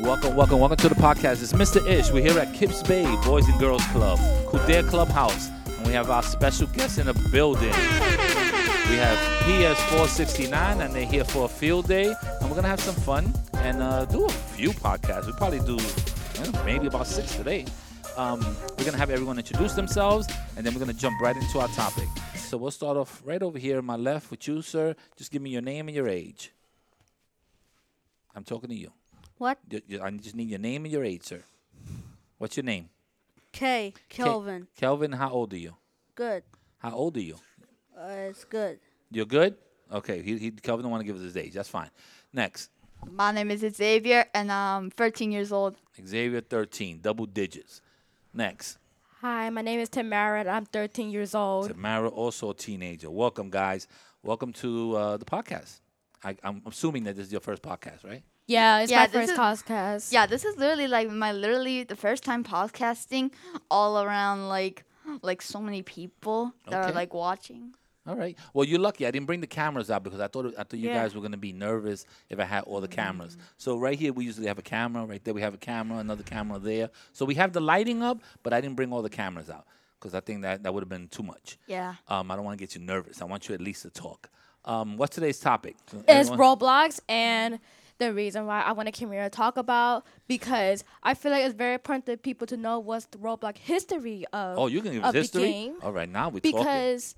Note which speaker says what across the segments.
Speaker 1: Welcome, welcome, welcome to the podcast. It's Mr. Ish. We're here at Kips Bay Boys and Girls Club, Kudair Clubhouse, and we have our special guests in the building. We have PS469, and they're here for a field day, and we're gonna have some fun and uh, do a few podcasts. We probably do eh, maybe about six today. Um, we're gonna have everyone introduce themselves, and then we're gonna jump right into our topic. So we'll start off right over here on my left with you, sir. Just give me your name and your age. I'm talking to you.
Speaker 2: What?
Speaker 1: Y- y- I just need your name and your age, sir. What's your name?
Speaker 2: K.
Speaker 1: Ke-
Speaker 2: Kelvin.
Speaker 1: Kelvin, how old are you?
Speaker 2: Good.
Speaker 1: How old are you?
Speaker 2: Uh, it's good.
Speaker 1: You're good? Okay, he, he Kelvin don't want to give us his age. That's fine. Next,
Speaker 3: My name is Xavier, and I'm 13 years old.
Speaker 1: Xavier 13, double digits. Next,
Speaker 4: Hi, my name is Tamara. and I'm 13 years old.
Speaker 1: Tamara, also a teenager. Welcome, guys. Welcome to uh, the podcast. I, I'm assuming that this is your first podcast, right?
Speaker 4: Yeah, it's
Speaker 3: Yeah,
Speaker 4: my
Speaker 3: this
Speaker 4: first
Speaker 3: is-
Speaker 4: podcast.
Speaker 3: Yeah, this is literally like my literally the first time podcasting all around like like so many people that
Speaker 1: Okay.
Speaker 3: are like watching.
Speaker 1: All right. Well, you're lucky. I didn't bring the cameras out because I thought it- I thought you
Speaker 4: Yeah. Mm-hmm.
Speaker 1: guys were gonna be nervous if I had all the cameras. So right here we usually have a camera. Right there we have a camera. Another camera there. So we have the lighting up, but I didn't bring all the cameras out because I think that that would have been too much.
Speaker 3: Yeah.
Speaker 1: Um, I don't want to get you nervous. I want you at least to talk. Um, what's today's topic?
Speaker 4: It's
Speaker 1: Everyone-
Speaker 4: Roblox, and the reason why I want to come here and talk about because I feel like it's very important for people to know what's the Roblox history of.
Speaker 1: Oh, you can give us
Speaker 4: of the
Speaker 1: history.
Speaker 4: game.
Speaker 1: All right, now we're talking.
Speaker 4: because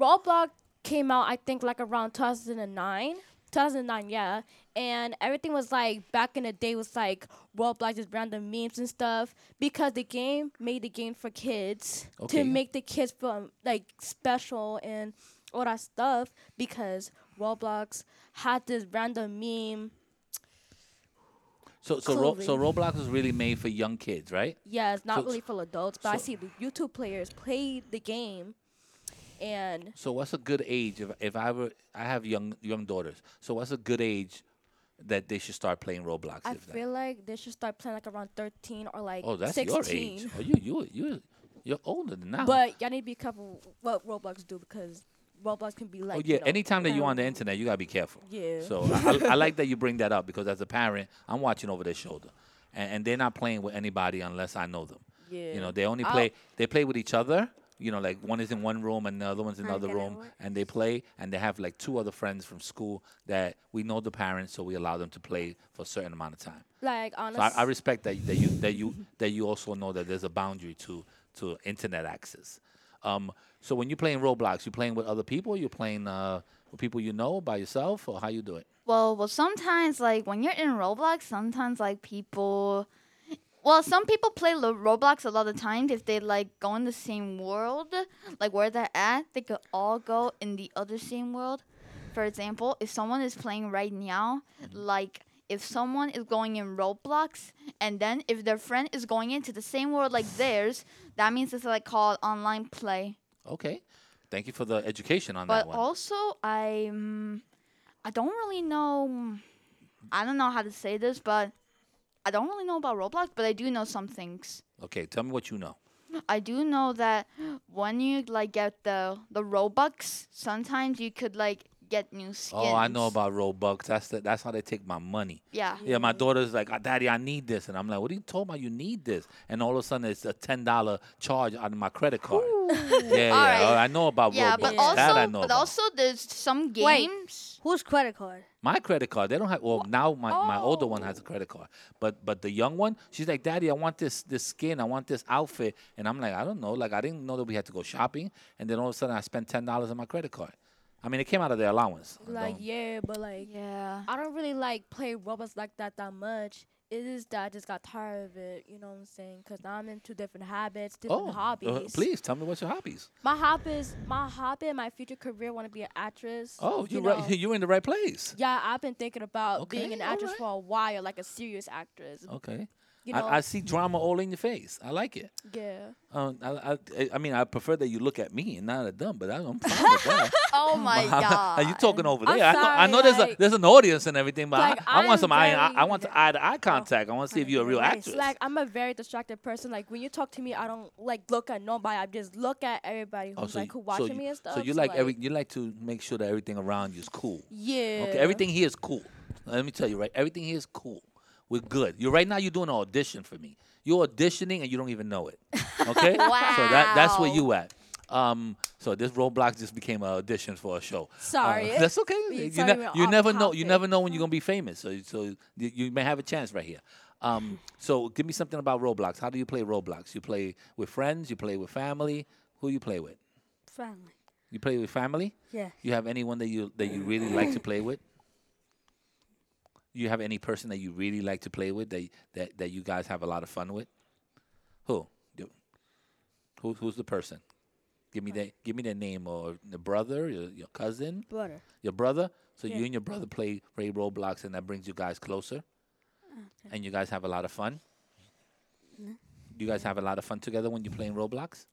Speaker 4: Roblox came out, I think, like around 2009. 2009, yeah. And everything was like back in the day was like Roblox just random memes and stuff because the game made the game for kids
Speaker 1: Okay.
Speaker 4: to make the kids feel like special and all that stuff because Roblox had this random meme.
Speaker 1: So so Ro- so Roblox is really made for young kids, right?
Speaker 4: Yeah, it's not
Speaker 1: So-
Speaker 4: really for adults, but I
Speaker 1: so-
Speaker 4: see the YouTube players play the game and
Speaker 1: So what's a good age if if I were I have young young daughters. So what's a good age that they should start playing Roblox?
Speaker 4: I
Speaker 1: if that-
Speaker 4: feel like they should start playing like around 13 or like
Speaker 1: oh, that's
Speaker 4: 16.
Speaker 1: your age. Oh, you you you you're older than
Speaker 2: Oh.
Speaker 1: now.
Speaker 4: But y'all need to be careful what Roblox do because Roblox can be like.
Speaker 1: oh yeah,
Speaker 4: you know,
Speaker 1: anytime that you're on the
Speaker 4: um,
Speaker 1: internet, you gotta be careful.
Speaker 4: Yeah.
Speaker 1: So I, I, I like that you bring that up because as a parent, I'm watching over their shoulder, and, and they're not playing with anybody unless I know them. You
Speaker 4: Yeah.
Speaker 1: know, they only
Speaker 4: I'll-
Speaker 1: play they play with each other. You know, like one is in one room and the other one's in another
Speaker 2: gonna
Speaker 1: room,
Speaker 2: work.
Speaker 1: and they play, and they have like two other friends from school that we know the parents, so we allow them to play for a certain amount of time.
Speaker 4: Like
Speaker 1: So I,
Speaker 4: honestly,
Speaker 1: I respect that that you that you that you also know that there's a boundary to to internet access. Um, so when you're playing Roblox, you're playing with other people. You're playing uh, with people you know by yourself, or how you do it.
Speaker 3: Well, well, sometimes like when you're in Roblox, sometimes like people, well, some people play lo- Roblox a lot of times if they like go in the same world, like where they're at, they could all go in the other same world. For example, if someone is playing right now, like if someone is going in Roblox and then if their friend is going into the same world like theirs, that means it's like called online play.
Speaker 1: Okay, thank you for the education on
Speaker 3: But
Speaker 1: that one.
Speaker 3: also, I um, I don't really know. I don't know how to say this, but I don't really know about Roblox. But I do know some things.
Speaker 1: okay, tell me what you know.
Speaker 3: I do know that when you like get the the Robux, sometimes you could like get new skins.
Speaker 1: Oh, I know about Robux. That's the, that's how they take my money.
Speaker 3: Yeah.
Speaker 1: Yeah, my daughter's like, "Ah, Daddy, I need this. And I'm like, What are you talking about? You need this. And all of a sudden, it's a $10 charge on my credit card. Yeah, yeah.
Speaker 3: All right.
Speaker 1: oh, I know about
Speaker 3: Yeah,
Speaker 1: Roblox.
Speaker 3: but
Speaker 1: that I
Speaker 3: also,
Speaker 1: know
Speaker 3: but
Speaker 1: about.
Speaker 3: also, there's some
Speaker 2: Wait.
Speaker 3: games.
Speaker 2: Who's credit card?
Speaker 1: my credit card, they don't have, well, now my, my older one
Speaker 4: oh.
Speaker 1: has a credit card. But but the young one, she's like, Daddy, I want this this skin. I want this outfit. And I'm like, I don't know. Like, I didn't know that we had to go shopping. And then all of a sudden, I spent $10 on my credit card. I mean, it came out of their allowance. I
Speaker 4: like
Speaker 1: don't-
Speaker 4: yeah, but like
Speaker 3: Yeah.
Speaker 4: I don't really like play Roblox like that that much. It is that I just got tired of it. You know what I'm saying? Cause now I'm into different habits, different
Speaker 1: oh, uh,
Speaker 4: hobbies.
Speaker 1: please tell me what's your hobbies.
Speaker 4: My hobbies, my hobby, and my future career want to be an actress.
Speaker 1: Oh, you're
Speaker 4: you know.
Speaker 1: right. You're in the right place.
Speaker 4: Yeah, I've been thinking about being
Speaker 1: Okay,
Speaker 4: an actress
Speaker 1: alright.
Speaker 4: for a while, like a serious actress.
Speaker 1: Okay.
Speaker 4: You know,
Speaker 1: I, I see drama all in your face. I like it.
Speaker 4: yeah.
Speaker 1: Um, I, I, I- I mean, I prefer that you look at me and not at them, but I, I'm fine with that.
Speaker 3: Oh my God.
Speaker 1: Are you talking over
Speaker 4: I'm
Speaker 1: there? I know, I know
Speaker 4: sorry,
Speaker 1: there's a
Speaker 4: like-
Speaker 1: there's an audience and everything, but
Speaker 4: Like,
Speaker 1: I, I want
Speaker 4: I'm
Speaker 1: some eye. I,
Speaker 4: very-
Speaker 1: I want to eye to eye contact. I want to see if you're a real
Speaker 2: nice.
Speaker 1: actress.
Speaker 4: Like I'm a very distracted person. Like when you talk to me, I don't like look at nobody. I just look at everybody who's
Speaker 1: Oh,
Speaker 4: like
Speaker 1: you-
Speaker 4: who watching
Speaker 1: you,
Speaker 4: me and stuff.
Speaker 1: So you like every you like to make sure that everything around you is cool.
Speaker 4: Yeah.
Speaker 1: Okay, everything here is cool. Let me tell you, right? Everything here is cool. We're good. You right now you're doing an audition for me. You're auditioning and you don't even know it. Okay? So that that's where
Speaker 3: Wow.
Speaker 1: you at. Um, so this Roblox just became an audition for a show. Uh,
Speaker 4: Sorry.
Speaker 1: that's okay.
Speaker 4: You
Speaker 1: You,
Speaker 4: sorry
Speaker 1: ne-
Speaker 4: we're
Speaker 1: you
Speaker 4: off
Speaker 1: never know. You
Speaker 4: topic.
Speaker 1: never know when you're gonna be famous. So, so you, you may have a chance right here. Um, so give me something about Roblox. How do you play Roblox? You play with friends. You play with family. Who you play with?
Speaker 2: Family.
Speaker 1: You play with family.
Speaker 2: Yes.
Speaker 1: You have anyone that you that you really like to play with? You have any person that you really like to play with that that, that you guys have a lot of fun with? Who? Do- Who who's the person? Give me that give me their name or the brother, your, your cousin,
Speaker 2: Brother.
Speaker 1: your brother. So
Speaker 2: Yeah.
Speaker 1: you and your brother play play Roblox and that brings you guys closer. And you guys have a lot of fun.
Speaker 2: Mm-hmm.
Speaker 1: You guys have a lot of fun together when you're playing Roblox.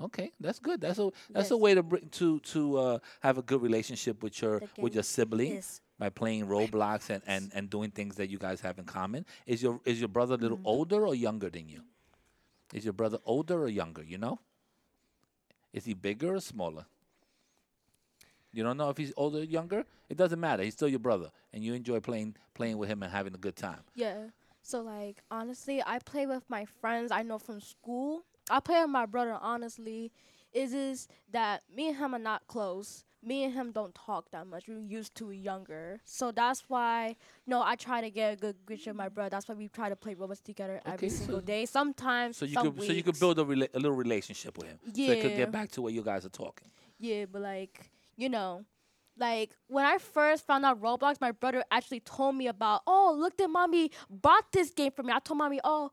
Speaker 1: Okay, that's good. That's a that's a
Speaker 2: Mm-hmm. Yes.
Speaker 1: way to bring to to uh, have a good relationship with your
Speaker 2: The
Speaker 1: with your
Speaker 2: game
Speaker 1: sibling
Speaker 2: is-
Speaker 1: by playing Roblox and, and and doing things that you guys have in common. Is your is your brother a little
Speaker 2: Mm-hmm.
Speaker 1: older or younger than you? Is your brother older or younger? You know. Is he bigger or smaller? You don't know if he's older or younger. It doesn't matter. He's still your brother, and you enjoy playing playing with him and having a good time.
Speaker 4: Yeah. So like honestly, I play with my friends I know from school. I play with my brother honestly. Is is that me and him are not close. Me and him don't talk that much. We used to younger. So that's why no, I try to get a good grip with my brother. That's why we try to play robots together every
Speaker 1: Okay, so-
Speaker 4: single day. Sometimes
Speaker 1: So you
Speaker 4: some
Speaker 1: could so you could
Speaker 4: weeks.
Speaker 1: build a, rela- a little relationship with him. So it could
Speaker 4: Yeah.
Speaker 1: get back to where you guys are talking.
Speaker 4: Yeah, but like, you know, like when I first found out Roblox, my brother actually told me about, oh, look that mommy bought this game for me. I told mommy, oh,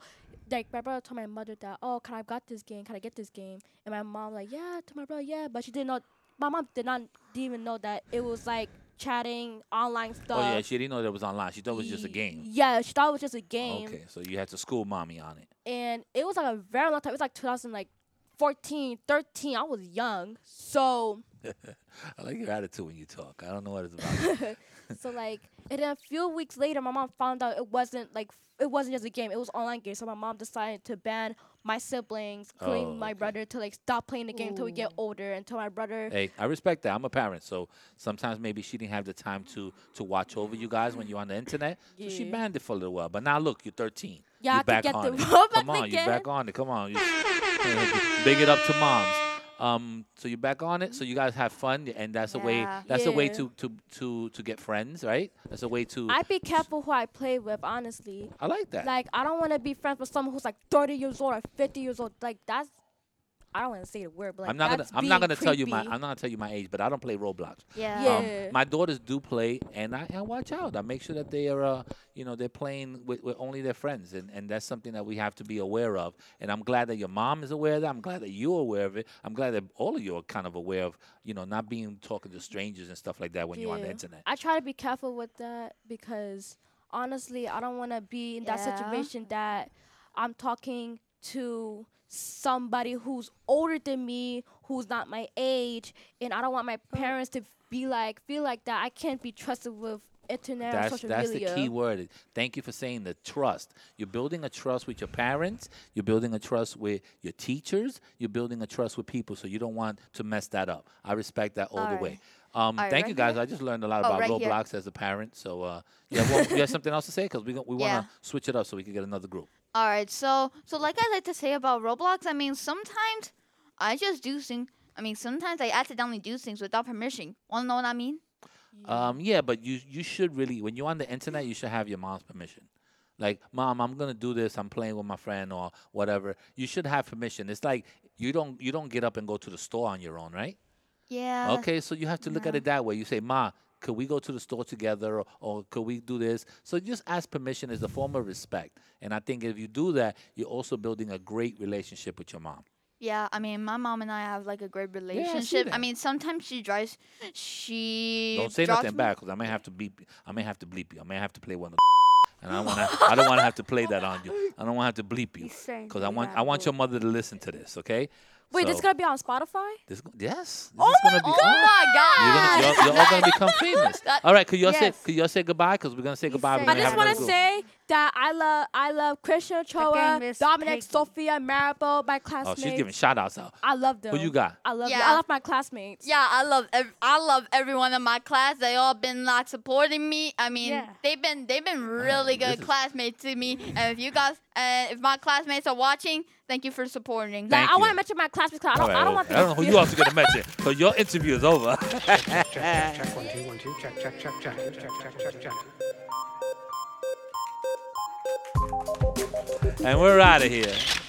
Speaker 4: like my brother told my mother that, oh, can I got this game? Can I get this game? And my mom like, yeah, to my brother, yeah, but she didn't know. My mom did not didn't even know that it was like chatting online
Speaker 1: oh
Speaker 4: stuff.
Speaker 1: yeah, she didn't know that was online. She thought it was just a game. Oh,
Speaker 4: Yeah, she thought it was just a game
Speaker 1: Okay, so you had to school mommy on it.
Speaker 4: and it was like a very long time. It was like 2000, like 14, 13. I was young, so
Speaker 1: I like your attitude when you talk. I don't know what it's about.
Speaker 4: So like, and then a few weeks later, my mom found out it wasn't like it wasn't just a game; it was online game. So my mom decided to ban my siblings, including
Speaker 1: Oh,
Speaker 4: my
Speaker 1: okay.
Speaker 4: brother, to like stop playing the game until we get older. Until my brother,
Speaker 1: hey, I respect that. I'm a parent, so sometimes maybe she didn't have the time to to watch over you guys when you're on the internet. So she
Speaker 4: Yeah.
Speaker 1: banned it for a little while. But now look, you're 13.
Speaker 4: Yeah, I
Speaker 1: you're
Speaker 4: could
Speaker 1: back
Speaker 4: get
Speaker 1: on
Speaker 4: the
Speaker 1: it.
Speaker 4: robot
Speaker 1: Come on, you're back
Speaker 4: again.
Speaker 1: on it. Come on. You- Big it up to moms. Um, so you're back on it. So you guys have fun, and that's a way.
Speaker 3: Yeah.
Speaker 1: That's a way
Speaker 4: Yeah.
Speaker 1: to to to to get friends, right? That's a way to.
Speaker 4: I be careful who I play with. Honestly,
Speaker 1: I like that.
Speaker 4: like I don't want to be friends with someone who's like 30 years old or 50 years old. Like that's, I don't want to say the word, but like
Speaker 1: I'm not gonna.
Speaker 4: that's
Speaker 1: I'm not
Speaker 4: being
Speaker 1: gonna tell you my. I'm
Speaker 4: creepy.
Speaker 1: not gonna tell you my age, but I don't play Roblox.
Speaker 3: Yeah.
Speaker 4: Yeah.
Speaker 1: Um, my daughters do play, and I, I watch out. I make sure that they are, uh, you know, they're playing with, with only their friends, and, and that's something that we have to be aware of. And I'm glad that your mom is aware of that. I'm glad that you're aware of it. I'm glad that all of you are kind of aware of, you know, not being talking to strangers and stuff like that when you're on the
Speaker 4: Yeah.
Speaker 1: internet.
Speaker 4: I try to be careful with that because honestly, I don't want to be in that
Speaker 3: Yeah.
Speaker 4: situation that I'm talking to somebody who's older than me, who's not my age, and I don't want my
Speaker 3: Mm.
Speaker 4: parents to be like feel like that. I can't be trusted with internet or
Speaker 1: That's
Speaker 4: social
Speaker 1: that's
Speaker 4: media.
Speaker 1: the key word. Thank you for saying the trust. You're building a trust with your parents. You're building a trust with your teachers. You're building a trust with people. So you don't want to mess that up. I respect that all, the
Speaker 3: Alright.
Speaker 1: way. Um,
Speaker 3: Alright,
Speaker 1: thank
Speaker 3: right
Speaker 1: you guys.
Speaker 3: here?
Speaker 1: I just learned a lot
Speaker 3: Oh,
Speaker 1: about
Speaker 3: right here.
Speaker 1: Roblox as a parent. So uh, you, have one- you have something else to say? Because we gon- we want
Speaker 3: Yeah.
Speaker 1: to switch it up so we can get another group.
Speaker 3: All right, so so like I like to say about Roblox, I mean sometimes I just do things. I mean sometimes I accidentally do things without permission. Wanna know what I mean?
Speaker 1: Um, yeah, but you you should really when you're on the internet, you should have your mom's permission. Like, mom, I'm gonna do this. I'm playing with my friend or whatever. You should have permission. It's like you don't you don't get up and go to the store on your own, right?
Speaker 3: Yeah.
Speaker 1: Okay, so you have to look at it that way. You say, Ma, could we go to the store together or, or could we do this? So just ask permission is a form of respect. And I think if you do that, you're also building a great relationship with your mom.
Speaker 3: Yeah, I mean my mom and I have like a great
Speaker 1: I see
Speaker 3: relationship. I,
Speaker 1: that.
Speaker 3: mean sometimes she drives she
Speaker 1: Don't say
Speaker 3: drops
Speaker 1: nothing
Speaker 3: me-
Speaker 1: back because I may have to beep I may have to bleep you. I may have to play one of the and I wanna I don't wanna have to play that on you. I don't wanna have to bleep you.
Speaker 2: He's saying
Speaker 1: Because I
Speaker 2: he
Speaker 1: want
Speaker 2: got
Speaker 1: I want
Speaker 2: bored.
Speaker 1: your mother to listen to this, okay?
Speaker 4: Wait, this
Speaker 1: So-
Speaker 4: gonna be on Spotify?
Speaker 1: This, yes. This
Speaker 4: Oh
Speaker 1: is gonna
Speaker 4: my
Speaker 1: be,
Speaker 3: Oh my
Speaker 1: You're, gonna,
Speaker 3: god!
Speaker 1: you're, you're all gonna become famous.
Speaker 3: That-
Speaker 1: All right, could y'all say
Speaker 3: yes.
Speaker 1: could y'all say goodbye? Cause we're gonna say
Speaker 2: You
Speaker 1: goodbye.
Speaker 2: say
Speaker 1: We're
Speaker 4: I
Speaker 1: gonna
Speaker 2: Yeah,
Speaker 4: just
Speaker 1: have
Speaker 4: want to
Speaker 1: another group.
Speaker 4: say that I love I love Christian
Speaker 2: Okay,
Speaker 4: Choa,
Speaker 2: Miss
Speaker 4: Dominic,
Speaker 2: Piggy.
Speaker 4: Sophia, Maribel, my
Speaker 1: Oh,
Speaker 4: classmates.
Speaker 1: she's giving shout outs out.
Speaker 4: I love them.
Speaker 1: Who you got?
Speaker 4: I love them.
Speaker 3: Yeah.
Speaker 4: I love my classmates.
Speaker 3: Yeah, I love ev- I love everyone in my class. They all been like supporting me. I mean,
Speaker 2: Yeah.
Speaker 3: they've been they've been really
Speaker 1: this
Speaker 3: good
Speaker 1: is-
Speaker 3: classmates to me. And if you guys, uh, if my classmates are watching, thank you for supporting.
Speaker 4: Like,
Speaker 1: Thank
Speaker 4: I
Speaker 1: you.
Speaker 4: want to mention my classmates because I don't,
Speaker 1: All
Speaker 4: I
Speaker 1: right,
Speaker 4: don't want
Speaker 1: okay.
Speaker 4: them
Speaker 1: I don't know who
Speaker 4: to feel-
Speaker 1: you else are gonna mention. So your interview is over.
Speaker 5: check, check, one, two, one, two, check, check, check, check, check, check, check, check, check.
Speaker 1: and we're out of here.